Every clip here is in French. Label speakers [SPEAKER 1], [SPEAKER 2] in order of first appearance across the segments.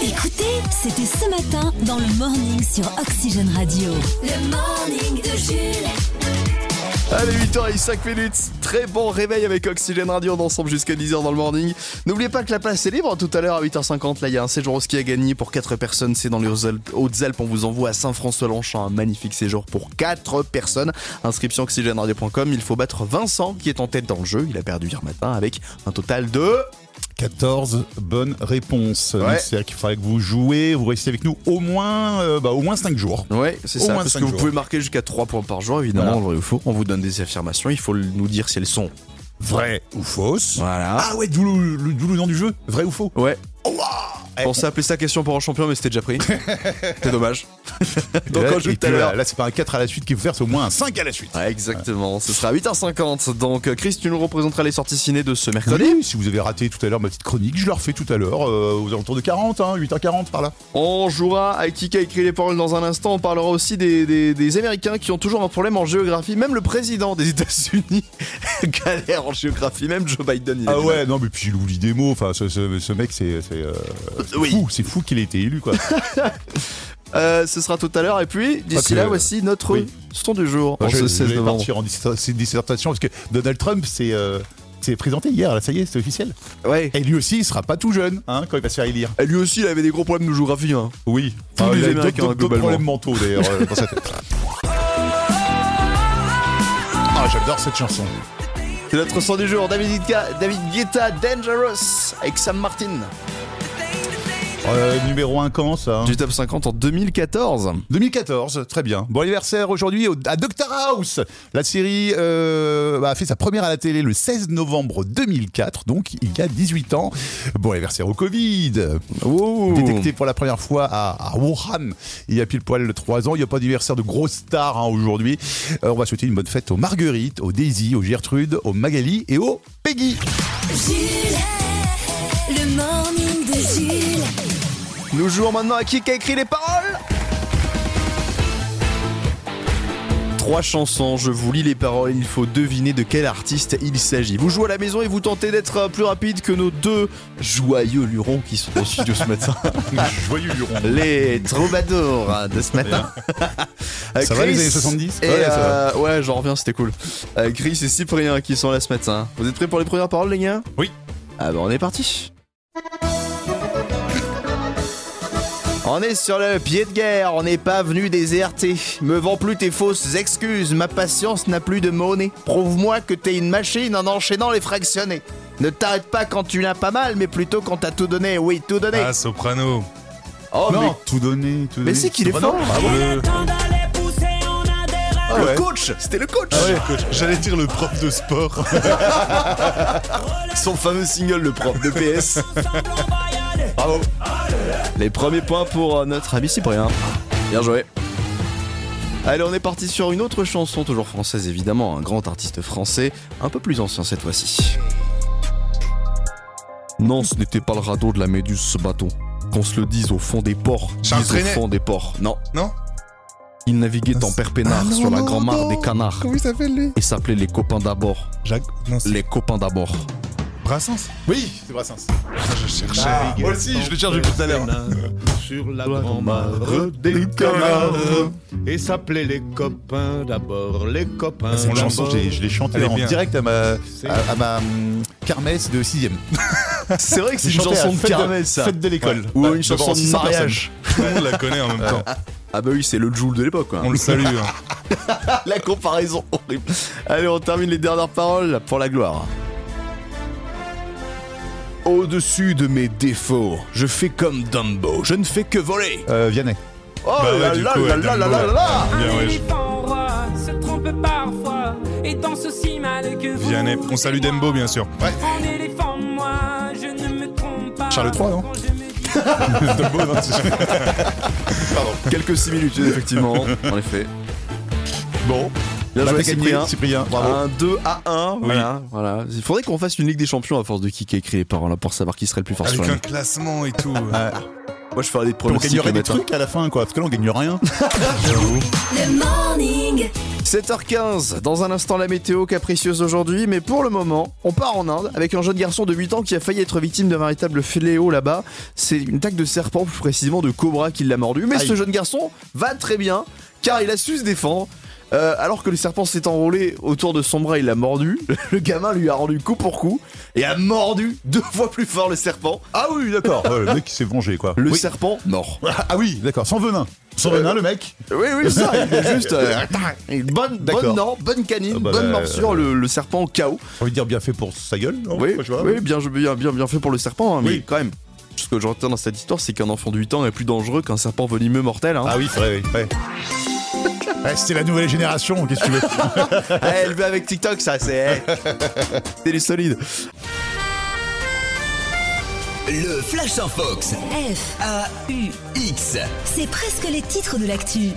[SPEAKER 1] Écoutez, c'était ce matin dans le morning sur Oxygène Radio. Le morning de Jules.
[SPEAKER 2] Allez, 8h et 5 minutes. Très bon réveil avec Oxygène Radio. On est ensemble jusqu'à 10h dans le morning. N'oubliez pas que la place est libre. Tout à l'heure, à 8h50, là, il y a un séjour au ski à gagner pour 4 personnes. C'est dans les Hautes-Alpes. On vous envoie à Saint-François-Longchamp. Un magnifique séjour pour 4 personnes. Inscription oxygèneradio.com. Il faut battre Vincent qui est en tête dans le jeu. Il a perdu hier matin avec un total de.
[SPEAKER 3] 14 bonnes réponses. Donc,
[SPEAKER 2] Ouais.
[SPEAKER 3] C'est-à-dire qu'il faudrait que vous jouez, vous restez avec nous au moins, euh, bah, au moins 5 jours.
[SPEAKER 2] Ouais, c'est
[SPEAKER 3] Au
[SPEAKER 2] ça.
[SPEAKER 3] moins
[SPEAKER 2] Parce
[SPEAKER 3] cinq
[SPEAKER 2] que vous
[SPEAKER 3] jours.
[SPEAKER 2] pouvez marquer jusqu'à 3 points par jour, évidemment,
[SPEAKER 3] Voilà.
[SPEAKER 2] vrai ou faux. On vous donne des affirmations. Il faut nous dire si elles sont.
[SPEAKER 3] Vrai ou fausse
[SPEAKER 2] Voilà.
[SPEAKER 3] Ah ouais, d'où le, le- d'où le nom du jeu Vrai ou faux
[SPEAKER 2] Ouais.
[SPEAKER 3] Oh, waouh
[SPEAKER 2] Je pensais appeler ça question pour un champion, mais c'était déjà pris. c'est dommage.
[SPEAKER 3] Et
[SPEAKER 2] Donc,
[SPEAKER 3] là-
[SPEAKER 2] on joue
[SPEAKER 3] et
[SPEAKER 2] tout à
[SPEAKER 3] puis,
[SPEAKER 2] l'heure.
[SPEAKER 3] Là, là, c'est pas un 4 à la suite qu'il faut faire, c'est au moins un 5 à la suite.
[SPEAKER 2] Ouais, exactement. Ce sera à 8h50. Donc, euh, Chris, tu nous représenteras les sorties ciné de ce mercredi.
[SPEAKER 3] Oui, si vous avez raté tout à l'heure ma petite chronique, je la refais tout à l'heure, euh, aux alentours de 40, hein, 8h40 par là.
[SPEAKER 2] On jouera à qui a écrit les paroles dans un instant. On parlera aussi des, des- des Américains qui ont toujours un problème en géographie. Même le président des États-Unis galère en géographie. Même Joe Biden. il a
[SPEAKER 3] Ah
[SPEAKER 2] du mal.
[SPEAKER 3] ouais, non, mais puis il oublie des mots. Enfin, ce, ce- ce mec, c'est c'est, euh, c'est
[SPEAKER 2] Oui.
[SPEAKER 3] fou, c'est fou qu'il ait été élu, quoi.
[SPEAKER 2] Euh, ce sera tout à l'heure. Et puis, d'ici
[SPEAKER 3] que-
[SPEAKER 2] là, voici notre
[SPEAKER 3] oui.
[SPEAKER 2] son du jour. en
[SPEAKER 3] je,
[SPEAKER 2] ce
[SPEAKER 3] je
[SPEAKER 2] 16
[SPEAKER 3] vais
[SPEAKER 2] novembre.
[SPEAKER 3] partir en disser- c'est une dissertation parce que Donald Trump, c'est. euh, c'est présenté hier, là, ça y est, c'est officiel.
[SPEAKER 2] Ouais.
[SPEAKER 3] Et lui aussi, il sera pas tout jeune, hein, quand il va se faire élire.
[SPEAKER 2] Et lui aussi, il avait des gros problèmes de géographie. hein.
[SPEAKER 3] Oui.
[SPEAKER 2] Tous les
[SPEAKER 3] il a d'autres-
[SPEAKER 2] Américains,
[SPEAKER 3] d'autres- d'autres
[SPEAKER 2] globalement.
[SPEAKER 3] problèmes mentaux, d'ailleurs, euh, dans sa tête. Ah, j'adore cette chanson.
[SPEAKER 2] C'est notre son du jour. David Guetta, David Guetta Dangerous avec Sam Martin.
[SPEAKER 3] Euh, numéro 1 quand, ça
[SPEAKER 2] Du top 50 en 2014.
[SPEAKER 3] 2014, très bien. Bon anniversaire aujourd'hui au- à Doctor House. La série euh, bah, a fait sa première à la télé le 16 novembre 2004, donc il y a 18 ans. Bon anniversaire au Covid. Détecté pour la première fois à, à Wuhan il y a pile poil 3 ans. Il n'y a pas d'anniversaire de grosse star hein, aujourd'hui. Euh, on va souhaiter une bonne fête aux Marguerite, aux Daisy, aux Gertrude, aux Magali et aux Peggy.
[SPEAKER 1] Jules. Le morning de Jules.
[SPEAKER 2] Nous jouons maintenant à qui a écrit les paroles Trois chansons, je vous lis les paroles, il faut deviner de quel artiste il s'agit. Vous jouez à la maison et vous tentez d'être euh, plus rapide que nos deux joyeux lurons qui sont au studio ce matin.
[SPEAKER 3] Joyeux Luron.
[SPEAKER 2] Les troubadours hein, de ce matin. Euh,
[SPEAKER 3] Ça va, les
[SPEAKER 2] Chris
[SPEAKER 3] années 70?
[SPEAKER 2] et,
[SPEAKER 3] Ouais, ça va.
[SPEAKER 2] euh, Ouais, j'en reviens, c'était cool. Euh, Chris et Cyprien qui sont là ce matin. Vous êtes prêts pour les premières paroles, les gars
[SPEAKER 3] Oui.
[SPEAKER 2] Ah bah on est parti. On est sur le pied de guerre, on n'est pas venu déserter. Me vends plus tes fausses excuses, ma patience n'a plus de monnaie. Prouve-moi que t'es une machine en enchaînant les fractionnés. Ne t'arrête pas quand tu n'as pas mal, mais plutôt quand t'as tout donné. Oui, tout donné.
[SPEAKER 4] Ah, Soprano.
[SPEAKER 2] oh,
[SPEAKER 3] non,
[SPEAKER 2] mais
[SPEAKER 3] tout donné, tout
[SPEAKER 2] mais
[SPEAKER 3] donné.
[SPEAKER 2] c'est qu'il est
[SPEAKER 3] Ah non,
[SPEAKER 2] fort
[SPEAKER 3] ah bon
[SPEAKER 4] Le-
[SPEAKER 2] Ah,
[SPEAKER 3] ouais.
[SPEAKER 2] Le coach C'était le coach
[SPEAKER 4] J'allais dire Ah le prof de sport.
[SPEAKER 2] Son fameux single, le prof de PS. Bravo Les premiers points pour euh, notre ami Cyprien. Bien joué Allez, on est parti sur une autre chanson, toujours française évidemment, un grand artiste français, un peu plus ancien cette fois-ci. Non, ce n'était pas le radeau de la Méduse, ce bateau. Qu'on se le dise au fond des ports.
[SPEAKER 4] Charles
[SPEAKER 2] Dise au
[SPEAKER 4] Trenet.
[SPEAKER 2] fond des ports. Non.
[SPEAKER 4] Non
[SPEAKER 2] Il naviguait en perpénard
[SPEAKER 4] Ah, non,
[SPEAKER 2] sur la
[SPEAKER 4] non,
[SPEAKER 2] grand mare
[SPEAKER 4] non.
[SPEAKER 2] des canards
[SPEAKER 4] Comment il s'appelle lui
[SPEAKER 2] et s'appelait les copains d'abord.
[SPEAKER 4] Jacques. Non, c'est
[SPEAKER 2] Les copains d'abord.
[SPEAKER 4] Brassens.
[SPEAKER 3] Oui, c'est Brassens.
[SPEAKER 4] Ah, je cherchais.
[SPEAKER 3] moi aussi, je le cherche depuis tout à l'heure.
[SPEAKER 5] Sur la grand-mare des canards Et s'appelait les copains d'abord, les copains
[SPEAKER 3] Cette
[SPEAKER 5] d'abord.
[SPEAKER 3] chanson, j'ai- je l'ai chantée
[SPEAKER 4] Elle est
[SPEAKER 3] en
[SPEAKER 4] bien.
[SPEAKER 3] direct à ma, à, à ma hum, kermesse de 6ème.
[SPEAKER 2] C'est vrai que
[SPEAKER 3] J'ai chanté à la fête Fête de l'école.
[SPEAKER 2] Ou
[SPEAKER 3] Ouais,
[SPEAKER 2] une
[SPEAKER 3] devant
[SPEAKER 2] chanson de
[SPEAKER 3] 600 personnes.
[SPEAKER 2] mariage.
[SPEAKER 4] Tout le monde la connaît en même temps.
[SPEAKER 2] Ah bah oui, c'est le Joule de l'époque. quoi.
[SPEAKER 4] On le salue. hein.
[SPEAKER 2] La comparaison horrible. Allez, on termine les dernières paroles pour la gloire. Au-dessus de mes défauts, je fais comme Dumbo, je ne fais que voler.
[SPEAKER 3] Euh, Vianney.
[SPEAKER 2] Oh
[SPEAKER 4] Bah ouais,
[SPEAKER 2] là
[SPEAKER 4] du
[SPEAKER 2] là
[SPEAKER 4] coup,
[SPEAKER 2] là
[SPEAKER 4] ouais,
[SPEAKER 2] là là
[SPEAKER 4] Dumbo,
[SPEAKER 2] là là là
[SPEAKER 4] Bien, ouais, je-
[SPEAKER 6] éléphant roi se trompe parfois et danse aussi mal que vous.
[SPEAKER 4] Vianney. On salue Dembo, bien sûr. Ouais.
[SPEAKER 6] En éléphant, moi, je ne me trompe pas.
[SPEAKER 3] Charles III, non
[SPEAKER 6] Quand je me dis-
[SPEAKER 2] Quelques similitudes, effectivement, en effet.
[SPEAKER 3] Bon.
[SPEAKER 2] Il Bien
[SPEAKER 3] Bah,
[SPEAKER 2] joué,
[SPEAKER 3] t'as gagné, Ah.
[SPEAKER 2] Cyprien.
[SPEAKER 3] Cyprien, bravo.
[SPEAKER 2] Un 2 à 1, voilà, voilà. Il faudrait qu'on fasse une Ligue des Champions à force de qui qui a écrit les paroles, là, pour savoir qui serait le plus fort sur
[SPEAKER 4] Avec
[SPEAKER 2] la
[SPEAKER 4] un classement et tout.
[SPEAKER 2] Moi, je ferais des
[SPEAKER 3] On
[SPEAKER 2] pronostics
[SPEAKER 3] gagnerait
[SPEAKER 2] le
[SPEAKER 3] des
[SPEAKER 2] matin.
[SPEAKER 3] trucs à la fin, quoi. Parce que là, on gagne rien.
[SPEAKER 1] Le morning.
[SPEAKER 2] 7h15, dans un instant la météo capricieuse aujourd'hui, mais pour le moment, on part en Inde avec un jeune garçon de 8 ans qui a failli être victime d'un véritable fléau là-bas. C'est une taque de serpent, plus précisément de cobra qui l'a mordu. Mais
[SPEAKER 3] Aïe.
[SPEAKER 2] ce jeune garçon va très bien, car il a su se défendre. Euh, alors que le serpent s'est enroulé autour de son bras, il l'a mordu. Le gamin lui a rendu coup pour coup et a mordu deux fois plus fort le serpent.
[SPEAKER 3] Ah oui, d'accord. Ouais, le mec, il s'est vengé, quoi.
[SPEAKER 2] Le
[SPEAKER 3] Oui. Euh,
[SPEAKER 2] serpent mort.
[SPEAKER 3] Ah oui, d'accord. Sans venin. Sans venin, le mec.
[SPEAKER 2] Oui, oui, ça, il est juste. euh, une bonne, bonne,
[SPEAKER 3] D'accord.
[SPEAKER 2] dent, bonne canine,
[SPEAKER 3] Ah bah,
[SPEAKER 2] bonne
[SPEAKER 3] euh,
[SPEAKER 2] morsure, le, le serpent KO.
[SPEAKER 3] J'ai envie de dire bien fait pour sa gueule. non
[SPEAKER 2] Oui,
[SPEAKER 3] Moi, je vois.
[SPEAKER 2] oui, bien, jou- bien, bien, bien fait pour le serpent, hein, mais
[SPEAKER 3] Oui.
[SPEAKER 2] quand même. Ce que je retiens dans cette histoire, c'est qu'un enfant de 8 ans est plus dangereux qu'un serpent venimeux mortel. hein.
[SPEAKER 3] Ah oui, c'est vrai, oui. Ouais. Ouais, Eh, C'était la nouvelle génération, qu'est-ce que tu veux
[SPEAKER 2] Eh, elle veut avec TikTok, ça, c'est. eh. c'est du solide.
[SPEAKER 7] Le Flash en Fox.
[SPEAKER 1] F,
[SPEAKER 7] F-A-U-X.
[SPEAKER 1] c'est presque les titres de l'actu.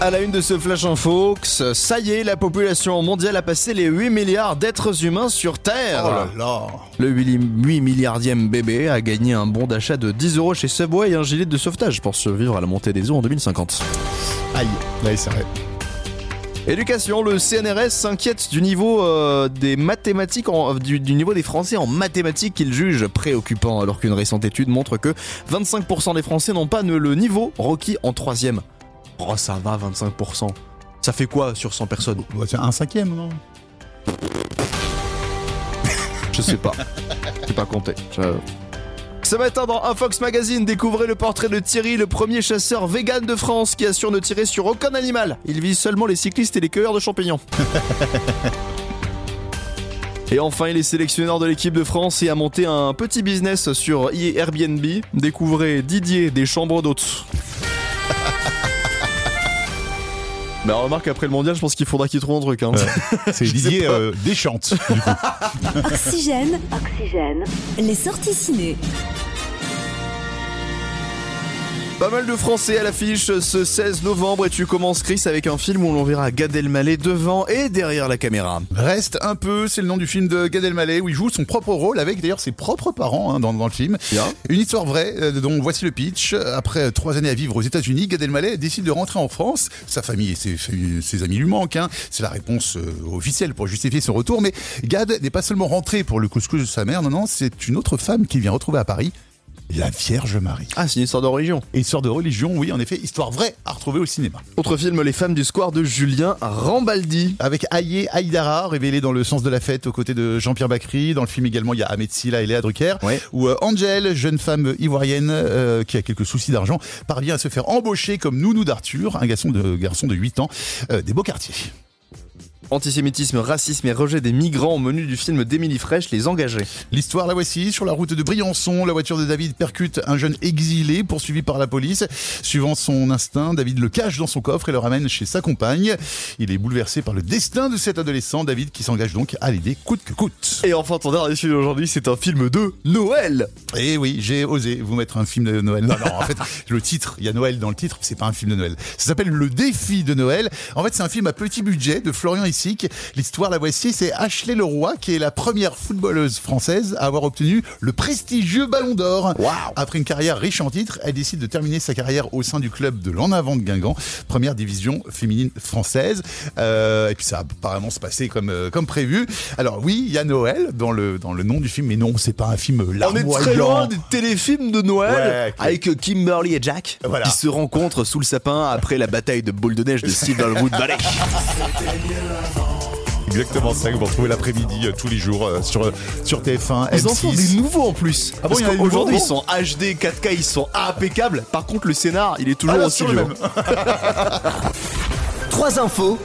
[SPEAKER 2] À la une de ce Flash Info, que ça y est, la population mondiale a passé les 8 milliards d'êtres humains sur Terre.
[SPEAKER 3] Oh là
[SPEAKER 2] Le 8 milliardième bébé a gagné un bon d'achat de 10 euros chez Subway et un gilet de sauvetage pour survivre à la montée des eaux en 2050.
[SPEAKER 3] Aïe, ouais, c'est vrai.
[SPEAKER 2] Éducation, le CNRS s'inquiète du niveau euh, des mathématiques, en- du, du niveau des Français en mathématiques qu'il juge préoccupant, alors qu'une récente étude montre que 25% des Français n'ont pas ne- le niveau requis en troisième. Oh ça va 25%. Ça fait quoi sur 100 personnes
[SPEAKER 3] Bah, tiens, un cinquième, non
[SPEAKER 2] Je sais pas. Je sais pas compter. Je- Ce matin, dans Infox Magazine, découvrez le portrait de Thierry, le premier chasseur vegan de France qui assure ne tirer sur aucun animal. Il vise seulement les cyclistes et les cueilleurs de champignons. Et enfin, il est sélectionneur de l'équipe de France et a monté un petit business sur Airbnb. Découvrez Didier des chambres d'hôtes. Bah remarque, après le mondial, je pense qu'il faudra qu'il trouve un truc. Hein.
[SPEAKER 3] C'est Didier euh, Deschantes. du coup.
[SPEAKER 1] Oxygène. Oxygène. Les sorties ciné.
[SPEAKER 2] Pas mal de Français à l'affiche ce 16 novembre et tu commences Chris avec un film où l'on verra Gad Elmaleh devant et derrière la caméra.
[SPEAKER 3] Reste un peu, c'est le nom du film de Gad Elmaleh où il joue son propre rôle avec d'ailleurs ses propres parents hein, dans, dans le film.
[SPEAKER 2] Bien.
[SPEAKER 3] Une histoire vraie, euh, dont voici le pitch. Après trois années à vivre aux États-Unis, Gad Elmaleh décide de rentrer en France. Sa famille et ses, ses amis lui manquent. hein. C'est la réponse euh, officielle pour justifier son retour. Mais Gad n'est pas seulement rentré pour le couscous de sa mère. Non, non, c'est une autre femme qui vient retrouver à Paris, la Vierge Marie.
[SPEAKER 2] Ah, c'est une histoire d'origine.
[SPEAKER 3] Et Histoire de religion, oui, en effet, histoire vraie à retrouver au cinéma.
[SPEAKER 2] Autre film, Les femmes du square de Julien Rambaldi.
[SPEAKER 3] Avec Ayé Aïdara, révélé dans Le sens de la fête aux côtés de Jean-Pierre Bacry. Dans le film également, il y a Ahmed Silla et Léa Drucker.
[SPEAKER 2] Ouais.
[SPEAKER 3] Ou euh, Angel, jeune femme ivoirienne euh, qui a quelques soucis d'argent, parvient à se faire embaucher comme nounou d'Arthur, un garçon de, garçon de 8 ans, euh, des beaux quartiers.
[SPEAKER 2] Antisémitisme, racisme et rejet des migrants au menu du film d'Émilie Fraîche, Les Engagés.
[SPEAKER 3] L'histoire, la voici. Sur la route de Briançon, la voiture de David percute un jeune exilé poursuivi par la police. Suivant son instinct, David le cache dans son coffre et le ramène chez sa compagne. Il est bouleversé par le destin de cet adolescent, David, qui s'engage donc à l'aider coûte que coûte.
[SPEAKER 2] Et enfin, ton dernier film aujourd'hui, c'est un film de Noël.
[SPEAKER 3] Et Eh oui, j'ai osé vous mettre un film de Noël. Non, non, en fait, le titre, il y a Noël dans le titre, c'est pas un film de Noël. Ça s'appelle Le défi de Noël. En fait, c'est un film à petit budget de Florian Issic. L'histoire, la voici, c'est Ashley Leroy, qui est la première footballeuse française à avoir obtenu le prestigieux Ballon d'Or. Après une carrière riche en titres, elle décide de terminer sa carrière au sein du club de l'En Avant de Guingamp, première division féminine française. Euh, et puis ça a apparemment se passé comme, euh, comme prévu. Alors oui, il y a Noël dans le, dans le nom du film, mais non, c'est pas un film
[SPEAKER 2] On est très
[SPEAKER 3] larmoyant.
[SPEAKER 2] loin des téléfilms de Noël
[SPEAKER 3] Ouais, cool.
[SPEAKER 2] avec Kimberly et Jack
[SPEAKER 3] Voilà.
[SPEAKER 2] qui se rencontrent sous le sapin après la bataille de boule de neige de Silverwood Valley.
[SPEAKER 3] Exactement ça que vous retrouvez l'après-midi euh, tous les jours euh, sur, euh, sur TF1,
[SPEAKER 2] Ils en font des
[SPEAKER 3] M6.
[SPEAKER 2] nouveaux en plus.
[SPEAKER 3] Ah bon,
[SPEAKER 2] Parce
[SPEAKER 3] il y en a des
[SPEAKER 2] qu'aujourd'hui ils sont
[SPEAKER 3] nouveaux
[SPEAKER 2] HD, 4K, ils sont impeccables. Par contre, le scénar, il est toujours
[SPEAKER 3] Ah,
[SPEAKER 2] aussi
[SPEAKER 3] sur le
[SPEAKER 2] vieux.
[SPEAKER 3] même.
[SPEAKER 7] Trois infos,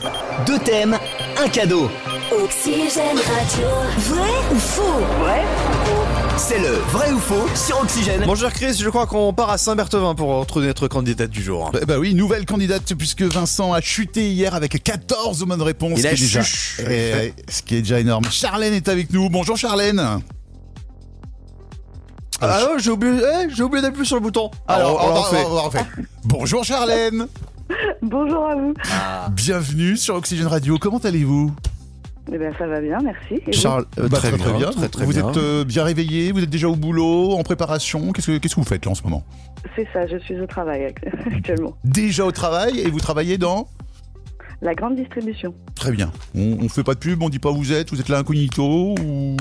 [SPEAKER 7] deux thèmes, un cadeau.
[SPEAKER 1] Oxygène Radio. Vrai ou faux
[SPEAKER 7] C'est le vrai ou faux sur Oxygène.
[SPEAKER 2] Mon cher Chris, je crois qu'on part à Saint-Berthevin pour retrouver notre candidate du jour.
[SPEAKER 3] Bah, bah oui, nouvelle candidate puisque Vincent a chuté hier avec 14 bonnes réponses.
[SPEAKER 2] Il
[SPEAKER 3] ce
[SPEAKER 2] a
[SPEAKER 3] qui est déjà,
[SPEAKER 2] chuch.
[SPEAKER 3] Eh, ouais, ce qui est déjà énorme. Charlène est avec nous. Bonjour Charlène.
[SPEAKER 2] Ah ouais, Ah, j'ai oublié, eh, j'ai oublié d'appuyer sur le bouton.
[SPEAKER 3] Alors,
[SPEAKER 2] Alors, on
[SPEAKER 3] on,
[SPEAKER 2] en
[SPEAKER 3] va-
[SPEAKER 2] fait.
[SPEAKER 3] on va refaire. Bonjour Charlène.
[SPEAKER 8] Bonjour à vous.
[SPEAKER 2] Ah.
[SPEAKER 3] Bienvenue sur Oxygène Radio. Comment allez-vous
[SPEAKER 8] Eh bien, ça va bien, merci. Et vous
[SPEAKER 2] Charles, euh,
[SPEAKER 3] Bah,
[SPEAKER 2] très, bien, très, très
[SPEAKER 3] vous
[SPEAKER 2] bien.
[SPEAKER 3] êtes euh, bien réveillé, vous êtes déjà au boulot, en préparation. Qu'est-ce que, qu'est-ce que vous faites là en ce moment
[SPEAKER 8] C'est ça, je suis au travail act- actuellement.
[SPEAKER 3] Déjà au travail et vous travaillez dans
[SPEAKER 8] La grande distribution.
[SPEAKER 3] Très bien. On, on fait pas de pub, on dit pas où vous êtes, vous êtes là incognito ou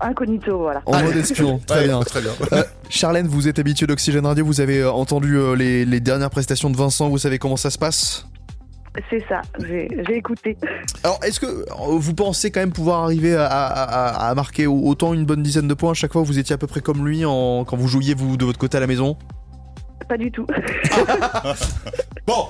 [SPEAKER 8] Incognito, voilà.
[SPEAKER 2] En mode espion, très bien.
[SPEAKER 3] Très bien.
[SPEAKER 2] Euh, Charlène, vous êtes habituée d'Oxygène Radio, vous avez euh, entendu euh, les, les dernières prestations de Vincent, vous savez comment ça se passe
[SPEAKER 8] C'est ça, j'ai j'ai écouté.
[SPEAKER 2] Alors, est-ce que euh, vous pensez quand même pouvoir arriver à, à- à- à marquer au- autant une bonne dizaine de points à chaque fois Vous étiez à peu près comme lui en, quand vous jouiez vous de votre côté à la maison
[SPEAKER 8] Pas du tout.
[SPEAKER 3] Bon.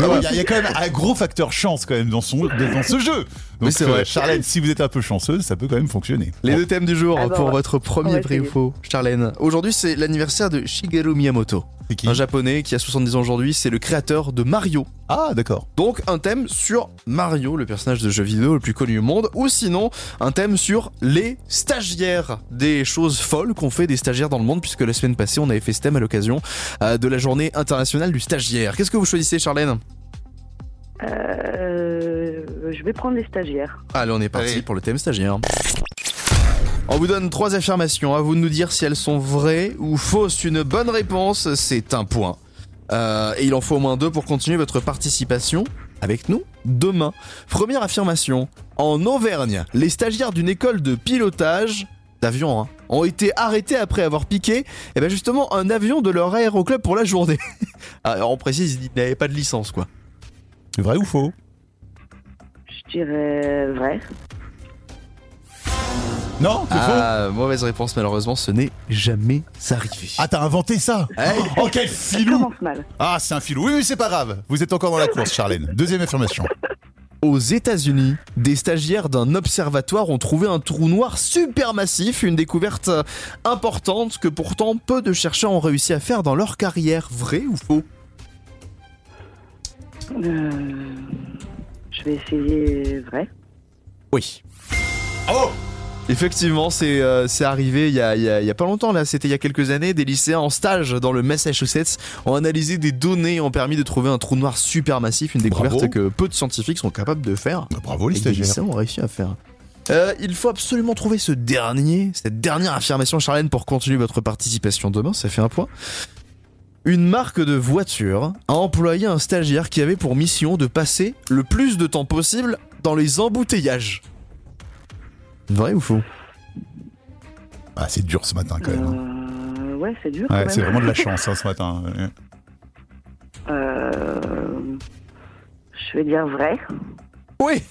[SPEAKER 2] Ah
[SPEAKER 3] Il y, a- il y a quand même un gros facteur chance quand même dans, son, dans ce jeu. Donc
[SPEAKER 2] Oui, c'est vrai.
[SPEAKER 3] euh, Charlène, si vous êtes un peu chanceuse, ça peut quand même fonctionner.
[SPEAKER 2] Les deux thèmes du jour
[SPEAKER 8] Ah
[SPEAKER 2] hein,
[SPEAKER 8] bah,
[SPEAKER 2] pour
[SPEAKER 8] on va-
[SPEAKER 2] votre premier
[SPEAKER 8] va
[SPEAKER 2] prix ou
[SPEAKER 8] essayer.
[SPEAKER 2] faux, Charlène. Aujourd'hui, c'est l'anniversaire de Shigeru Miyamoto,
[SPEAKER 3] C'est qui
[SPEAKER 2] un japonais qui a 70 ans aujourd'hui, c'est le créateur de Mario.
[SPEAKER 3] Ah d'accord.
[SPEAKER 2] Donc un thème sur Mario, le personnage de jeu vidéo le plus connu au monde, ou sinon un thème sur les stagiaires, des choses folles qu'on fait des stagiaires dans le monde, puisque la semaine passée on avait fait ce thème à l'occasion euh, de la journée internationale du stagiaire. Qu'est-ce que vous choisissez Charlène
[SPEAKER 8] Euh, je vais prendre les stagiaires.
[SPEAKER 2] Allez on est parti
[SPEAKER 3] Allez.
[SPEAKER 2] pour le thème stagiaire. On vous donne trois affirmations, à vous de nous dire si elles sont vraies ou fausses. Une bonne réponse, c'est un point. Euh, et il en faut au moins deux pour continuer votre participation avec nous demain. Première affirmation. En Auvergne, les stagiaires d'une école de pilotage d'avions hein, ont été arrêtés après avoir piqué eh ben justement un avion de leur aéroclub pour la journée. Ah, on précise, ils n'avaient pas de licence quoi.
[SPEAKER 3] Vrai ou faux
[SPEAKER 8] Je dirais vrai.
[SPEAKER 3] Non, c'est faux.
[SPEAKER 2] Ah, mauvaise réponse malheureusement, ce n'est jamais arrivé.
[SPEAKER 3] Ah t'as inventé ça
[SPEAKER 2] Hey.
[SPEAKER 3] Oh quel
[SPEAKER 8] Ça
[SPEAKER 3] filou
[SPEAKER 8] commence mal.
[SPEAKER 3] Ah c'est un filou. Oui, oui c'est pas grave. Vous êtes encore dans la course, Charlène. Deuxième affirmation.
[SPEAKER 2] Aux États-Unis, des stagiaires d'un observatoire ont trouvé un trou noir supermassif, une découverte euh, importante que pourtant peu de chercheurs ont réussi à faire dans leur carrière. Vrai ou faux
[SPEAKER 8] Euh, je vais essayer vrai.
[SPEAKER 2] Oui. Effectivement, c'est euh, c'est arrivé il y, a, il y a- il y a pas longtemps, là, c'était il y a quelques années, des lycéens en stage dans le Massachusetts ont analysé des données et ont permis de trouver un trou noir supermassif, une découverte
[SPEAKER 3] Bravo.
[SPEAKER 2] que peu de scientifiques sont capables de faire.
[SPEAKER 3] Bah, bravo
[SPEAKER 2] Et
[SPEAKER 3] les
[SPEAKER 2] des
[SPEAKER 3] stagiaires.
[SPEAKER 2] lycéens ont réussi à faire. Euh, il faut absolument trouver ce dernier, cette dernière affirmation, Charlène, pour continuer votre participation demain. Ça fait un point. Une marque de voiture a employé un stagiaire qui avait pour mission de passer le plus de temps possible dans les embouteillages. Vrai ou faux
[SPEAKER 3] Ah c'est dur ce matin quand même.
[SPEAKER 8] Euh, ouais, c'est dur
[SPEAKER 3] Ouais,
[SPEAKER 8] quand
[SPEAKER 3] c'est
[SPEAKER 8] même.
[SPEAKER 3] vraiment de la chance hein, ce matin. Euh,
[SPEAKER 8] Euh, je vais dire vrai.
[SPEAKER 2] Oui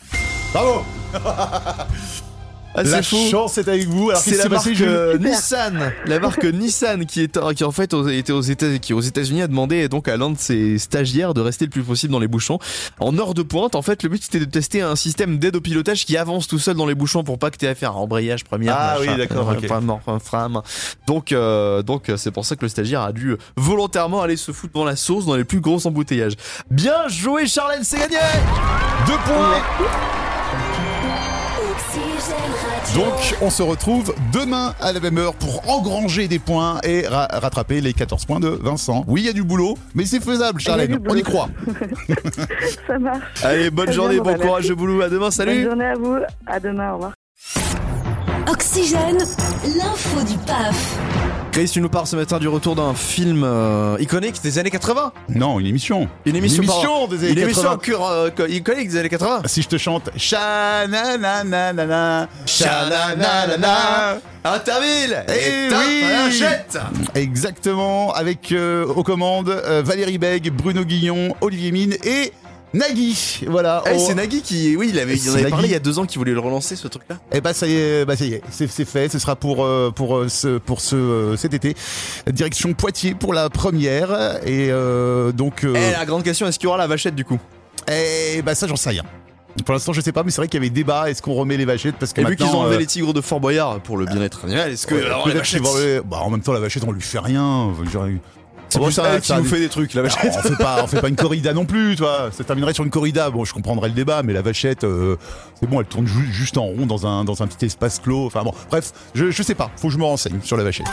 [SPEAKER 3] Bravo
[SPEAKER 2] Ah,
[SPEAKER 3] La
[SPEAKER 2] C'est faux.
[SPEAKER 3] chance est avec vous. Alors
[SPEAKER 2] C'est
[SPEAKER 3] qu'est-ce
[SPEAKER 2] la
[SPEAKER 3] qui s'est
[SPEAKER 2] marque
[SPEAKER 3] passé Jules
[SPEAKER 2] euh, Nissan, la marque Nissan qui est euh, qui en fait aux- était aux États qui aux États-Unis a demandé donc à l'un de ses stagiaires de rester le plus possible dans les bouchons. En heure de pointe, en fait, le but c'était de tester un système d'aide au pilotage qui avance tout seul dans les bouchons pour pas que t'aies à faire un embrayage première.
[SPEAKER 3] Ah
[SPEAKER 2] machin,
[SPEAKER 3] oui, d'accord,
[SPEAKER 2] euh,
[SPEAKER 3] ok.
[SPEAKER 2] frein, mort, frein, frein, main. Donc euh, donc euh, c'est pour ça que le stagiaire a dû euh, volontairement aller se foutre dans la sauce dans les plus gros embouteillages. Bien joué, Charlène, c'est gagné. Deux points.
[SPEAKER 1] Oxygène Radio.
[SPEAKER 3] Donc, on se retrouve demain à la même heure pour engranger des points et ra- rattraper les 14 points de Vincent. Oui, il y a du boulot, mais c'est faisable,
[SPEAKER 8] Il y a
[SPEAKER 3] Charlène.
[SPEAKER 8] du
[SPEAKER 3] On y
[SPEAKER 8] boulot.
[SPEAKER 3] croit.
[SPEAKER 8] Ça marche.
[SPEAKER 2] Allez, bonne
[SPEAKER 8] Très bien,
[SPEAKER 2] journée,
[SPEAKER 8] bon
[SPEAKER 2] bon
[SPEAKER 8] bah,
[SPEAKER 2] courage, boulot, à demain,
[SPEAKER 8] Bonne
[SPEAKER 2] salut.
[SPEAKER 8] journée à vous. À demain. Au revoir.
[SPEAKER 1] Oxygène, l'info du PAF.
[SPEAKER 2] Chris, tu nous parles ce matin du retour d'un film euh, iconique des années 80.
[SPEAKER 3] Non, une émission.
[SPEAKER 2] Une émission, pardon.
[SPEAKER 3] des années
[SPEAKER 2] Une émission
[SPEAKER 3] 80.
[SPEAKER 2] cur- euh, co- iconique des années 80.
[SPEAKER 3] Si je te chante Chanananana, Chananana.
[SPEAKER 2] Chananana, Interville
[SPEAKER 3] Eh
[SPEAKER 2] et tape
[SPEAKER 3] oui.
[SPEAKER 2] à la jette.
[SPEAKER 3] Exactement, avec euh, aux commandes euh, Valérie Beg, Bruno Guillon, Olivier Mine et Nagui. Voilà.
[SPEAKER 2] Eh,
[SPEAKER 3] Oh.
[SPEAKER 2] c'est Nagui qui, oui, il avait, il en
[SPEAKER 3] C'est
[SPEAKER 2] avait parlé
[SPEAKER 3] Nagui.
[SPEAKER 2] il y a deux ans qu'il voulait le relancer ce truc-là.
[SPEAKER 3] Eh bah ça y est, bah ça y est, c'est c'est fait. Ce sera pour euh, pour euh, ce pour ce euh, cet été. Direction Poitiers pour la première et euh, donc. euh,
[SPEAKER 2] Eh, la grande question, est-ce qu'il y aura la vachette du coup
[SPEAKER 3] Eh bah ça j'en sais rien. Pour l'instant je sais pas, mais c'est vrai qu'il y avait débat. Est-ce qu'on remet les vachettes parce que
[SPEAKER 2] Et vu
[SPEAKER 3] maintenant.
[SPEAKER 2] qu'ils ont enlevé
[SPEAKER 3] euh,
[SPEAKER 2] les tigres de Fort Boyard pour le bien-être animal, est-ce que
[SPEAKER 3] ouais,
[SPEAKER 2] alors, la
[SPEAKER 3] peut-être qu'ils
[SPEAKER 2] vachette
[SPEAKER 3] vont enlever- bah, en même temps la vachette on lui fait rien. Je veux dire,
[SPEAKER 2] C'est
[SPEAKER 3] bon,
[SPEAKER 2] plus
[SPEAKER 3] ça-
[SPEAKER 2] elle qui
[SPEAKER 3] ça-
[SPEAKER 2] nous fait des trucs, la
[SPEAKER 3] Alors,
[SPEAKER 2] vachette.
[SPEAKER 3] on fait pas, on fait pas une corrida non plus, toi. Ça terminerait sur une corrida. Bon, je comprendrais le débat, mais la vachette, euh, c'est bon, elle tourne ju- juste en rond dans un, dans un petit espace clos. Enfin bon, bref, je, je sais pas. Faut que je me renseigne sur la vachette.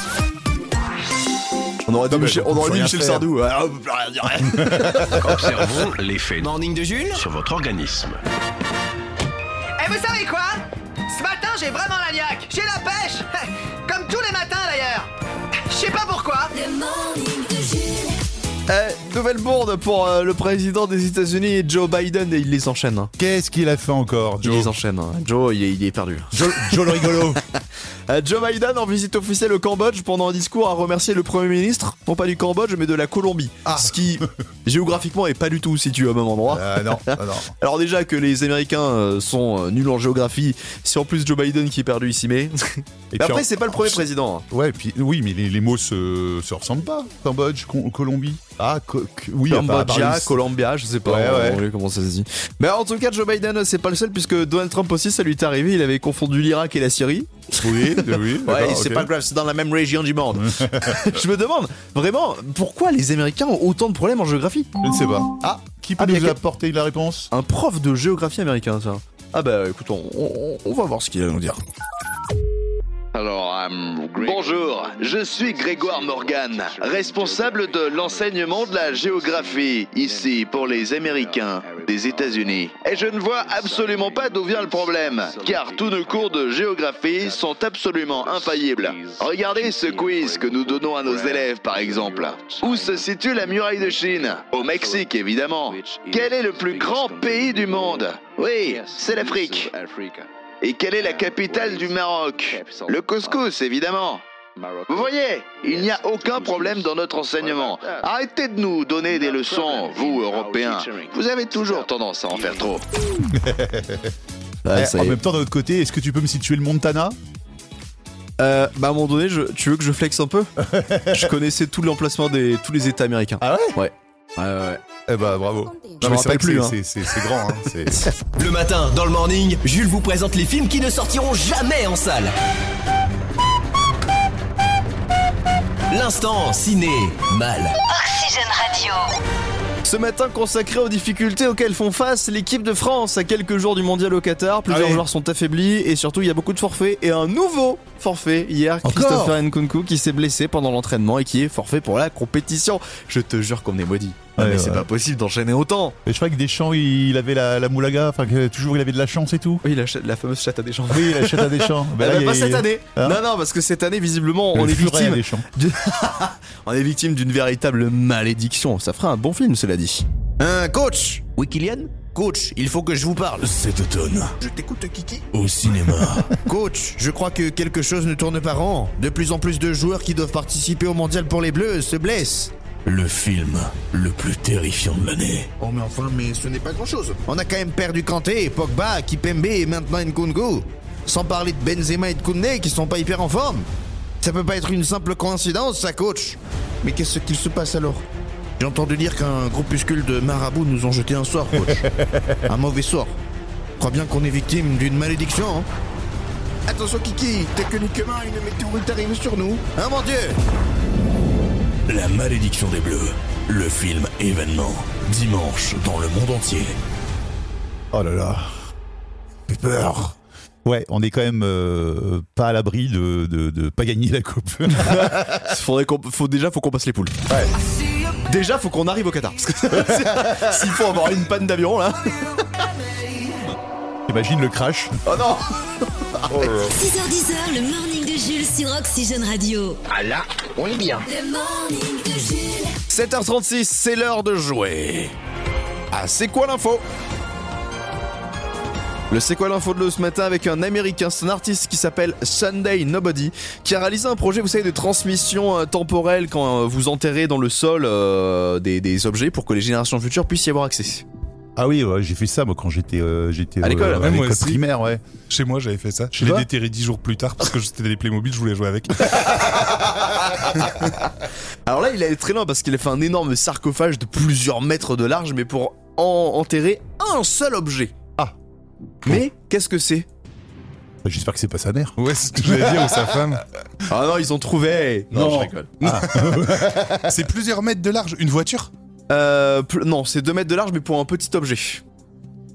[SPEAKER 2] On aurait dit,
[SPEAKER 3] Non, mais
[SPEAKER 2] Michel-
[SPEAKER 3] bon,
[SPEAKER 2] on aurait
[SPEAKER 3] faut
[SPEAKER 2] dit
[SPEAKER 3] rien
[SPEAKER 2] Michel
[SPEAKER 3] faire.
[SPEAKER 2] Sardou. Ah, on peut rien dire.
[SPEAKER 9] Observons l'effet
[SPEAKER 7] Morning de Jules
[SPEAKER 9] sur votre organisme.
[SPEAKER 10] Eh, vous savez quoi Ce matin, j'ai vraiment la niaque. J'ai la pêche. Comme tous les matins, d'ailleurs. Je sais pas pourquoi.
[SPEAKER 1] Le morning de Jules.
[SPEAKER 2] Eh, nouvelle bourde pour euh, le président des États-Unis, Joe Biden, et il les enchaîne. hein.
[SPEAKER 3] Qu'est-ce qu'il a fait encore,
[SPEAKER 2] Il
[SPEAKER 3] Joe
[SPEAKER 2] les enchaîne. hein. Joe, il est, il est perdu.
[SPEAKER 3] Joe, Joe le rigolo.
[SPEAKER 2] Euh, Joe Biden en visite officielle au Cambodge pendant un discours a remercié le Premier ministre, non pas du Cambodge, mais de la Colombie.
[SPEAKER 3] Ah.
[SPEAKER 2] Ce qui, géographiquement, est pas du tout situé au même endroit.
[SPEAKER 3] Euh, non, non, non.
[SPEAKER 2] Alors déjà que les Américains euh, sont euh, nuls en géographie, si en plus Joe Biden qui est perdu ici mais...
[SPEAKER 3] Et
[SPEAKER 2] Mais
[SPEAKER 3] puis en-
[SPEAKER 2] après c'est pas le premier président. hein.
[SPEAKER 3] Ouais, puis oui, mais les, les mots se, se ressemblent pas. Cambodge, Con- Colombie. Ah, co- co- oui, enfin, à part
[SPEAKER 2] Cambodgia,
[SPEAKER 3] les-
[SPEAKER 2] Colombia, je sais pas
[SPEAKER 3] Ouais,
[SPEAKER 2] en
[SPEAKER 3] ouais.
[SPEAKER 2] anglais comment ça se dit. Mais en tout cas Joe Biden c'est pas le seul puisque Donald Trump aussi ça lui est arrivé, il avait confondu l'Irak et la Syrie.
[SPEAKER 3] Oui, oui.
[SPEAKER 2] Ouais,
[SPEAKER 3] d'accord,
[SPEAKER 2] c'est
[SPEAKER 3] ok.
[SPEAKER 2] pas grave, c'est dans la même région du monde. je me demande vraiment pourquoi les Américains ont autant de problèmes en géographie.
[SPEAKER 3] Je ne sais pas. Ah, qui peut
[SPEAKER 2] Ah, mais
[SPEAKER 3] nous
[SPEAKER 2] y a-
[SPEAKER 3] apporter la réponse
[SPEAKER 2] Un prof de géographie américain ça. Ah bah écoute, on, on- on va voir ce qu'il a à nous dire.
[SPEAKER 11] Alors, bonjour, je suis Grégoire Morgan, responsable de l'enseignement de la géographie ici pour les Américains des États-Unis. Et je ne vois absolument pas d'où vient le problème, car tous nos cours de géographie sont absolument infaillibles. Regardez ce quiz que nous donnons à nos élèves, par exemple. Où se situe la muraille de Chine Au Mexique, évidemment. Quel est le plus grand pays du monde Oui, c'est l'Afrique. Et quelle est la capitale du Maroc Le couscous, évidemment. Vous voyez, il n'y a aucun problème dans notre enseignement. Arrêtez de nous donner des leçons, vous, Européens. Vous avez toujours tendance à en faire trop.
[SPEAKER 2] Ah,
[SPEAKER 3] Eh,
[SPEAKER 2] ça y
[SPEAKER 3] En
[SPEAKER 2] est.
[SPEAKER 3] même temps, de l'autre côté, est-ce que tu peux me situer le Montana
[SPEAKER 2] Euh, bah à un moment donné, je- tu veux que je flexe un peu Je connaissais tout l'emplacement des tous les États américains.
[SPEAKER 3] Ah
[SPEAKER 2] Ouais. Ouais, ouais, ouais.
[SPEAKER 3] Eh bah, bravo.
[SPEAKER 2] Je
[SPEAKER 3] Non,
[SPEAKER 2] me
[SPEAKER 3] mais c'est
[SPEAKER 2] rappelle
[SPEAKER 3] vrai que
[SPEAKER 2] plus.
[SPEAKER 3] c'est-
[SPEAKER 2] hein.
[SPEAKER 3] c'est- C'est c'est grand. hein, c'est-
[SPEAKER 7] Le matin, dans le morning, Jules vous présente les films qui ne sortiront jamais en salle. L'instant ciné mal.
[SPEAKER 1] Oxygène Radio.
[SPEAKER 2] Ce matin consacré aux difficultés auxquelles font face l'équipe de France à quelques jours du mondial au Qatar, plusieurs
[SPEAKER 3] Ah oui.
[SPEAKER 2] joueurs sont affaiblis et surtout il y a beaucoup de forfaits et un nouveau forfait hier,
[SPEAKER 3] Encore
[SPEAKER 2] Christopher Nkunku qui s'est blessé pendant l'entraînement et qui est forfait pour la compétition. Je te jure qu'on est maudit. Non,
[SPEAKER 3] Ouais,
[SPEAKER 2] mais c'est
[SPEAKER 3] ouais.
[SPEAKER 2] pas possible d'enchaîner autant.
[SPEAKER 3] Mais je crois que Deschamps, il avait la, la moulaga, enfin que toujours il avait de la chance et tout. Ah
[SPEAKER 2] Oui, la, cha- la fameuse chatte à des gens.
[SPEAKER 3] Oui, la chatte à Deschamps. Bah,
[SPEAKER 2] Eh
[SPEAKER 3] là,
[SPEAKER 2] ben,
[SPEAKER 3] il y a-
[SPEAKER 2] pas cette année.
[SPEAKER 3] Hein
[SPEAKER 2] non, non, parce que cette année, visiblement, on
[SPEAKER 3] Le
[SPEAKER 2] est
[SPEAKER 3] furet à
[SPEAKER 2] victime
[SPEAKER 3] Deschamps.
[SPEAKER 2] Du- On est victime d'une véritable malédiction. Ça fera un bon film, cela dit.
[SPEAKER 7] Un coach Oui, Kylian Coach, il faut que je vous parle. Cet automne. Je t'écoute, Kiki. Au cinéma. Coach, je crois que quelque chose ne tourne pas rond. De plus en plus de joueurs qui doivent participer au mondial pour les Bleus se blessent. Le film le plus terrifiant de l'année. Oh, mais enfin, mais ce n'est pas grand chose. On a quand même perdu Kanté, Pogba, Kipembe et maintenant Nkunku. Sans parler de Benzema et de Koundé qui sont pas hyper en forme. Ça peut pas être une simple coïncidence, ça, coach. Mais qu'est-ce qu'il se passe alors J'ai entendu dire qu'un groupuscule de marabouts nous ont jeté un sort, coach. un mauvais sort. Crois bien qu'on est victime d'une malédiction. hein. Attention, Kiki, techniquement, une météorite arrive sur nous. Ah mon dieu La malédiction des Bleus, le film événement, dimanche dans le monde entier.
[SPEAKER 3] Oh là là. J'ai peur. Ouais, on est quand même euh, pas à l'abri de, de, de pas gagner la coupe.
[SPEAKER 2] Faudrait qu'on- faut déjà, faut qu'on passe les poules. Déjà, faut qu'on arrive au Qatar. Parce que s'il faut avoir une panne d'avion là.
[SPEAKER 3] Imagine le crash.
[SPEAKER 2] Oh non.
[SPEAKER 1] 6h10, le morning de Jules sur Oxygène Radio.
[SPEAKER 9] Ah là, on est bien.
[SPEAKER 1] Le morning de Jules.
[SPEAKER 2] 7h36, c'est l'heure de jouer. Ah, c'est quoi l'info le C'est quoi l'info de l'eau ce matin avec un américain, c'est un artiste qui s'appelle Sunday Nobody, qui a réalisé un projet, vous savez, de transmission euh, temporelle quand euh, vous enterrez dans le sol euh, des, des objets pour que les générations futures puissent y avoir accès.
[SPEAKER 3] Ah oui, ouais, j'ai fait ça moi quand j'étais euh, j'étais
[SPEAKER 2] À l'école,
[SPEAKER 3] euh,
[SPEAKER 4] ouais, moi aussi.
[SPEAKER 3] primaire, ouais.
[SPEAKER 4] Chez moi, j'avais fait ça.
[SPEAKER 3] Chez
[SPEAKER 4] Je l'ai
[SPEAKER 3] toi
[SPEAKER 4] déterré dix jours plus tard parce que j'étais des Playmobil, je voulais jouer avec.
[SPEAKER 2] Alors là, il est allé très loin parce qu'il a fait un énorme sarcophage de plusieurs mètres de large, mais pour en- enterrer un seul objet. Ah Mais qu'est-ce que c'est
[SPEAKER 3] Bah, J'espère que c'est pas sa mère.
[SPEAKER 4] Ouais, c'est ce que j'allais dire, ou sa femme.
[SPEAKER 2] Ah non, ils ont trouvé Non, je rigole.
[SPEAKER 4] C'est plusieurs mètres de large. Une voiture
[SPEAKER 2] Euh, pl- non, c'est 2 mètres de large, mais pour un petit objet.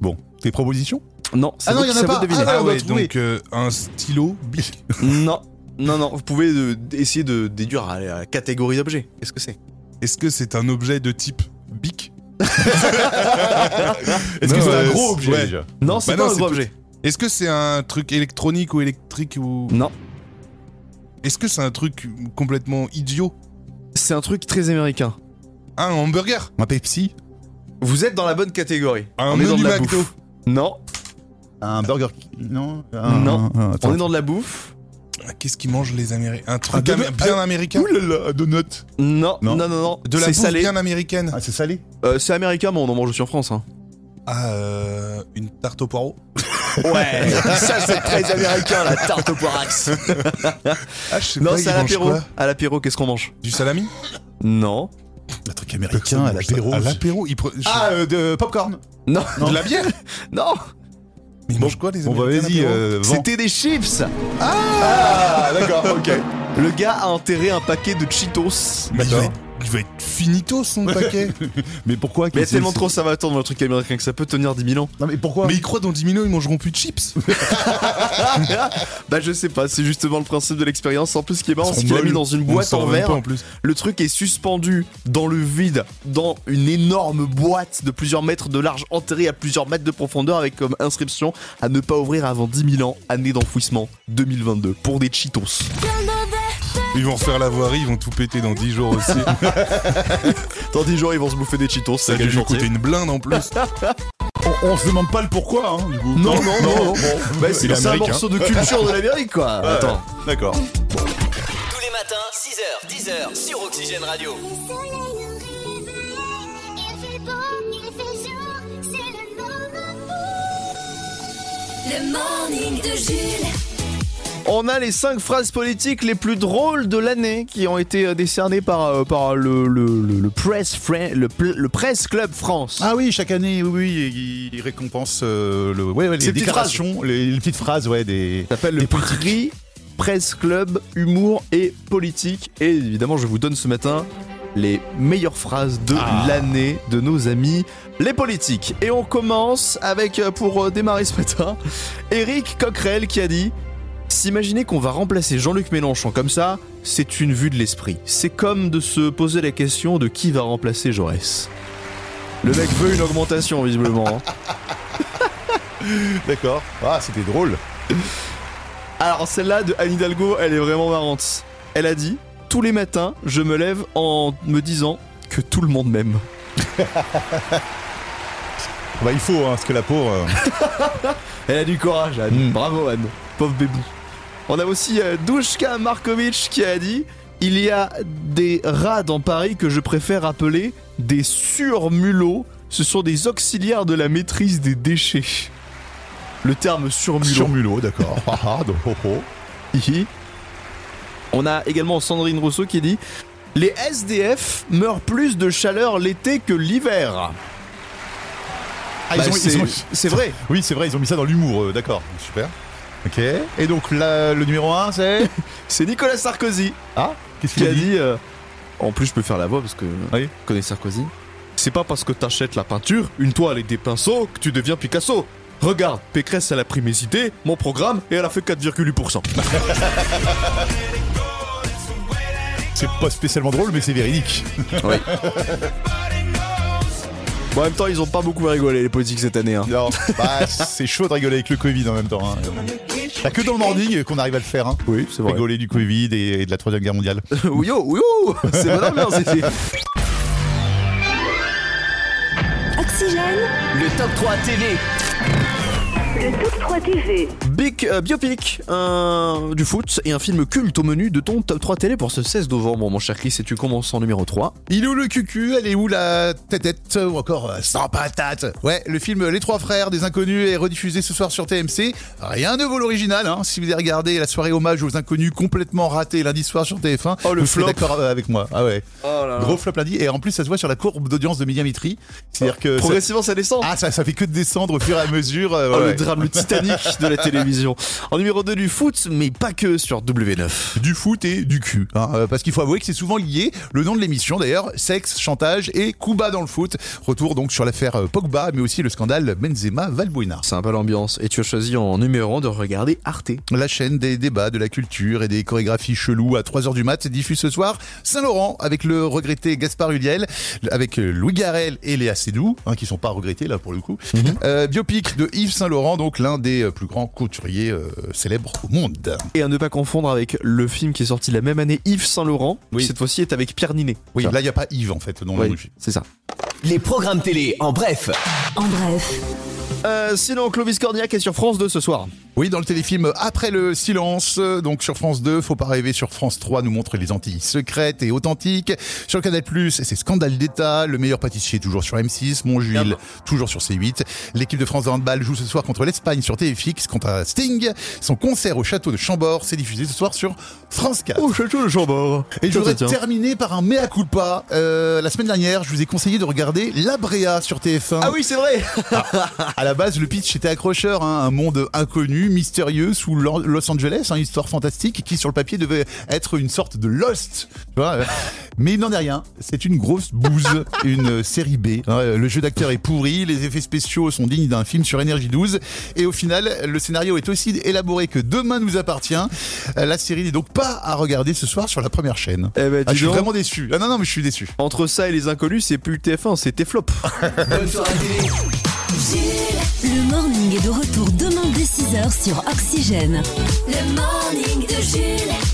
[SPEAKER 3] Bon, tes propositions
[SPEAKER 2] Non, c'est
[SPEAKER 3] Ah non,
[SPEAKER 2] vous-
[SPEAKER 3] il y en a
[SPEAKER 2] c'est à vous
[SPEAKER 3] pas.
[SPEAKER 2] de deviner.
[SPEAKER 3] Ah, là, on doit
[SPEAKER 4] ouais,
[SPEAKER 3] trouver.
[SPEAKER 4] donc euh, un stylo bic.
[SPEAKER 2] Non, Non, non, vous pouvez euh, essayer de déduire à la catégorie d'objet. Qu'est-ce que c'est
[SPEAKER 4] Est-ce que c'est un objet de type bic
[SPEAKER 3] Est-ce que c'est un gros objet, déjà
[SPEAKER 2] Non, c'est
[SPEAKER 4] Bah
[SPEAKER 2] pas un gros
[SPEAKER 4] tout-
[SPEAKER 2] objet.
[SPEAKER 4] Est-ce que c'est un truc électronique ou électrique ou
[SPEAKER 2] Non.
[SPEAKER 4] Est-ce que c'est un truc complètement idiot Ah,
[SPEAKER 2] C'est un truc très américain.
[SPEAKER 4] Un hamburger
[SPEAKER 3] Un Pepsi
[SPEAKER 2] Vous êtes dans la bonne catégorie.
[SPEAKER 4] Un
[SPEAKER 2] On est dans
[SPEAKER 4] menu
[SPEAKER 2] de la
[SPEAKER 4] McDo.
[SPEAKER 2] bouffe. Non,
[SPEAKER 3] Un Burger King Non.
[SPEAKER 2] non.
[SPEAKER 3] attends.
[SPEAKER 2] On est dans de la bouffe.
[SPEAKER 4] Ah, Qu'est-ce qu'ils mangent les Américains Un
[SPEAKER 3] Un
[SPEAKER 4] truc
[SPEAKER 3] donut-
[SPEAKER 4] amé- bien
[SPEAKER 3] ah,
[SPEAKER 4] américain
[SPEAKER 3] oulala, un donut.
[SPEAKER 2] Non,
[SPEAKER 3] Non.
[SPEAKER 2] non, non, non.
[SPEAKER 4] De la
[SPEAKER 2] c'est
[SPEAKER 4] bouffe
[SPEAKER 2] salé.
[SPEAKER 4] bien américaine
[SPEAKER 3] Ah, c'est salé
[SPEAKER 2] Euh, c'est américain, mais on en mange aussi en France. Hein.
[SPEAKER 4] Ah, euh, une tarte au poireau
[SPEAKER 2] Ouais, ça c'est très américain, la tarte au poirax.
[SPEAKER 4] Ah, je sais
[SPEAKER 2] Non,
[SPEAKER 4] pas,
[SPEAKER 2] c'est
[SPEAKER 4] ils
[SPEAKER 2] à
[SPEAKER 4] mangent
[SPEAKER 2] l'apéro.
[SPEAKER 4] quoi
[SPEAKER 2] À l'apéro, qu'est-ce qu'on mange
[SPEAKER 4] Du salami
[SPEAKER 2] Non.
[SPEAKER 3] Un truc américain à l'apéro.
[SPEAKER 4] À l'apéro, ils pre-
[SPEAKER 3] Ah, euh, de popcorn.
[SPEAKER 2] Non.
[SPEAKER 4] De la bière
[SPEAKER 2] Non.
[SPEAKER 4] Mais ils mangent quoi les
[SPEAKER 3] Bon, bah
[SPEAKER 4] Américains
[SPEAKER 3] vas-y,
[SPEAKER 4] à l'apéro
[SPEAKER 3] euh, vends.
[SPEAKER 2] C'était des chips.
[SPEAKER 3] Ah, d'accord, ok.
[SPEAKER 2] Le gars a enterré un paquet de Cheetos.
[SPEAKER 4] Mais il va,
[SPEAKER 3] D'accord.
[SPEAKER 4] être, il va être finito son paquet
[SPEAKER 3] Mais pourquoi
[SPEAKER 2] Mais
[SPEAKER 3] qu'est-ce que
[SPEAKER 2] tellement
[SPEAKER 3] c'est-
[SPEAKER 2] trop ça va attendre le truc américain que ça peut tenir 10 000 ans.
[SPEAKER 4] Bah.
[SPEAKER 3] Non, mais pourquoi
[SPEAKER 4] Mais ils croient dans 10 millions, ils mangeront plus de chips
[SPEAKER 2] bah je sais pas, c'est justement le principe de l'expérience. En plus ce qui est marrant
[SPEAKER 4] Ils
[SPEAKER 2] c'est
[SPEAKER 4] sont
[SPEAKER 2] qu'il l'a mis
[SPEAKER 4] molles.
[SPEAKER 2] dans une
[SPEAKER 4] On
[SPEAKER 2] boîte
[SPEAKER 4] s'en
[SPEAKER 2] en
[SPEAKER 4] rend même
[SPEAKER 2] verre.
[SPEAKER 4] pas, en plus.
[SPEAKER 2] Le truc est suspendu dans le vide, dans une énorme boîte de plusieurs mètres de large enterrée à plusieurs mètres de profondeur avec comme inscription à ne pas ouvrir avant 10 000 ans, année d'enfouissement 2022 pour des Cheetos.
[SPEAKER 4] Ils vont refaire la voirie, ils vont tout péter dans 10 jours aussi.
[SPEAKER 2] Dans 10 jours ils vont se bouffer des Cheetos,
[SPEAKER 4] Ça
[SPEAKER 2] c'est
[SPEAKER 4] a dû
[SPEAKER 2] quel
[SPEAKER 4] lui
[SPEAKER 2] gentil.
[SPEAKER 4] coûter une blinde en plus.
[SPEAKER 3] on, on se demande pas le pourquoi, hein, du coup.
[SPEAKER 2] Non, non, non, non. Bah, c'est
[SPEAKER 3] Il est
[SPEAKER 2] c'est un
[SPEAKER 3] américain.
[SPEAKER 2] morceau de culture de l'Amérique quoi. Attends.
[SPEAKER 3] D'accord.
[SPEAKER 7] Tous les matins, 6h, 10h sur Oxygène Radio.
[SPEAKER 12] Le soleil au réveil, il fait beau, il fait jour, c'est le moment
[SPEAKER 1] Le morning de Jules.
[SPEAKER 2] On a les 5 phrases politiques les plus drôles de l'année qui ont été euh, décernées par, euh, par le, le, le, le press Fran- le, pl- le Press Club France.
[SPEAKER 3] Ah oui, chaque année, oui, oui, il- il récompense euh, le, ouais, ouais, les
[SPEAKER 2] Ces petites
[SPEAKER 3] déclarations, les, les petites phrases, ouais, des.
[SPEAKER 2] Ça s'appelle le
[SPEAKER 3] des
[SPEAKER 2] prix Presse Club Humour et Politique. Et évidemment, je vous donne ce matin les meilleures phrases de l'année de nos amis les politiques. Et on commence avec, euh, pour euh, démarrer ce matin, Eric Coquerel qui a dit S'imaginer qu'on va remplacer Jean-Luc Mélenchon comme ça, c'est une vue de l'esprit. C'est comme de se poser la question de qui va remplacer Jaurès. Le mec veut une augmentation, visiblement. hein.
[SPEAKER 3] D'accord. Ah, c'était drôle.
[SPEAKER 2] Alors celle-là de Anne Hidalgo, elle est vraiment marrante. Elle a dit tous les matins, je me lève en me disant que tout le monde m'aime.
[SPEAKER 3] Bah, il faut, hein, parce que la pauvre. euh,
[SPEAKER 2] Elle a du courage, Anne. Bravo Anne, pauvre bébou. On a aussi euh, Dushka Markovic qui a dit il y a des rats dans Paris que je préfère appeler des surmulots. Ce sont des auxiliaires de la maîtrise des déchets. Le terme surmulot.
[SPEAKER 3] sur mulot, d'accord. Ah, ah, donc, oh, oh.
[SPEAKER 2] Hihi. On a également Sandrine Rousseau qui dit Les SDF meurent plus de chaleur l'été que l'hiver.
[SPEAKER 3] Ah, ils
[SPEAKER 2] Bah,
[SPEAKER 3] ont- ils
[SPEAKER 2] c'est
[SPEAKER 3] ont-
[SPEAKER 2] c'est vrai.
[SPEAKER 3] Oui, c'est vrai, ils ont mis ça dans l'humour, euh, d'accord. Super. Ok. Et donc, la- le numéro 1, c'est.
[SPEAKER 2] C'est Nicolas Sarkozy
[SPEAKER 3] Ah Qu'est-ce
[SPEAKER 2] qui
[SPEAKER 3] qu'il
[SPEAKER 2] a
[SPEAKER 3] a dit
[SPEAKER 2] dit. euh, en plus, je peux faire la voix parce que
[SPEAKER 3] Oui.
[SPEAKER 2] je connais Sarkozy. C'est pas parce que t'achètes la peinture, une toile et des pinceaux que tu deviens Picasso. Regarde, Pécresse, elle a pris mes idées, mon programme, et elle a fait 4,8%.
[SPEAKER 3] C'est pas spécialement drôle, mais c'est véridique.
[SPEAKER 2] Bon, en même temps, ils ont pas beaucoup rigolé, les politiques, cette année. hein.
[SPEAKER 3] Non, bah, c'est chaud de rigoler avec le Covid en même temps. Hein. T'as que dans le morning qu'on arrive à le faire. Hein.
[SPEAKER 2] Oui, c'est vrai.
[SPEAKER 3] Rigoler du Covid et, et de la Troisième Guerre mondiale.
[SPEAKER 2] Oui, yo, oui, yo. C'est bonne ambiance ici.
[SPEAKER 1] Oxygène.
[SPEAKER 2] Le top 3 TV.
[SPEAKER 8] Le top 3 TV.
[SPEAKER 2] Big euh, Biopic, un- du foot et un film culte au menu de ton top 3 télé pour ce 16 novembre, mon cher Chris, et tu commences en numéro 3.
[SPEAKER 3] Il est où le cucu Elle est où la tête Ou encore euh, sans patate Ouais, le film Les Trois Frères des Inconnus est rediffusé ce soir sur TMC. Rien de vaut l'original, hein. Si vous avez regardé la soirée hommage aux Inconnus complètement ratée lundi soir sur TF1,
[SPEAKER 2] Oh, le
[SPEAKER 3] vous serez
[SPEAKER 2] flop.
[SPEAKER 3] d'accord euh, avec moi. Ah ouais.
[SPEAKER 2] Oh
[SPEAKER 3] Gros flop lundi. Et en plus, ça se voit sur la courbe d'audience de Médiamétrie. C'est-à-dire que. ça-
[SPEAKER 2] Ah. Progressivement, ça descend.
[SPEAKER 3] Ah, ça, ça fait que descendre au fur et à mesure. euh,
[SPEAKER 2] Oh,
[SPEAKER 3] ouais.
[SPEAKER 2] le drame, le mécanique de la télévision. En numéro 2 du foot, mais pas que sur W9.
[SPEAKER 3] Du foot et du cul. hein, euh, parce qu'il faut avouer que c'est souvent lié. Le nom de l'émission, d'ailleurs, sexe, chantage et coup bas dans le foot. Retour donc sur l'affaire euh, Pogba, mais aussi le scandale Benzema-Valbuena.
[SPEAKER 2] C'est un peu l'ambiance. Et tu as choisi en numéro 1 de regarder Arte.
[SPEAKER 3] La chaîne des débats, de la culture et des chorégraphies cheloues à 3h du mat diffuse ce soir Saint-Laurent avec le regretté Gaspard Huliel, avec euh, Louis Garel et Léa Seydoux, hein, qui sont pas regrettés là pour le coup. Euh, biopic de Yves Saint-Laurent, donc l'un des euh, plus grands couturiers euh, célèbres au monde.
[SPEAKER 2] Et à ne pas confondre avec le film qui est sorti la même année, Yves Saint-Laurent,
[SPEAKER 3] Oui.
[SPEAKER 2] qui cette fois-ci est avec Pierre Ninet.
[SPEAKER 3] Oui, là il n'y a pas Yves en fait dans le
[SPEAKER 2] Oui,
[SPEAKER 3] film.
[SPEAKER 2] c'est ça.
[SPEAKER 13] Les programmes télé, en bref.
[SPEAKER 1] En bref,
[SPEAKER 2] Euh, sinon, Clovis Cornillac est sur France 2 ce soir.
[SPEAKER 3] Oui, dans le téléfilm Après le silence, euh, donc sur France 2, faut pas rêver, sur France 3 nous montre les Antilles secrètes et authentiques, sur Canal+, c'est Scandale d'État, Le meilleur pâtissier toujours sur M6, Mon Jules toujours sur C8, l'équipe de France de handball joue ce soir contre l'Espagne sur TFX, contre Sting, son concert au château de Chambord, c'est diffusé ce soir sur France 4.
[SPEAKER 2] Au château de Chambord
[SPEAKER 3] Et je voudrais terminer par un mea culpa. Euh, la semaine dernière, je vous ai conseillé de regarder La Brea sur TF1.
[SPEAKER 2] Ah oui, c'est vrai
[SPEAKER 3] À la base, le pitch était accrocheur, hein, un monde inconnu, mystérieux, sous Lo- Los Angeles, hein, une histoire fantastique qui, sur le papier, devait être une sorte de Lost. tu vois, euh. Mais il n'en est rien. C'est une grosse bouse, une euh, série B. hein. Euh, Le jeu d'acteur est pourri, les effets spéciaux sont dignes d'un film sur Energy 12. Et au final, le scénario est aussi élaboré que Demain nous appartient. Euh, La série n'est donc pas à regarder ce soir sur la première chaîne.
[SPEAKER 2] Eh ben,
[SPEAKER 3] Ah,
[SPEAKER 2] dis
[SPEAKER 3] je suis
[SPEAKER 2] donc.
[SPEAKER 3] vraiment déçu. Ah non, non, mais je suis déçu.
[SPEAKER 2] Entre ça et les inconnus, c'est plus TF1, c'est Teflop.
[SPEAKER 1] le morning est de retour demain dès 6h sur Oxygène. Le morning de Jules.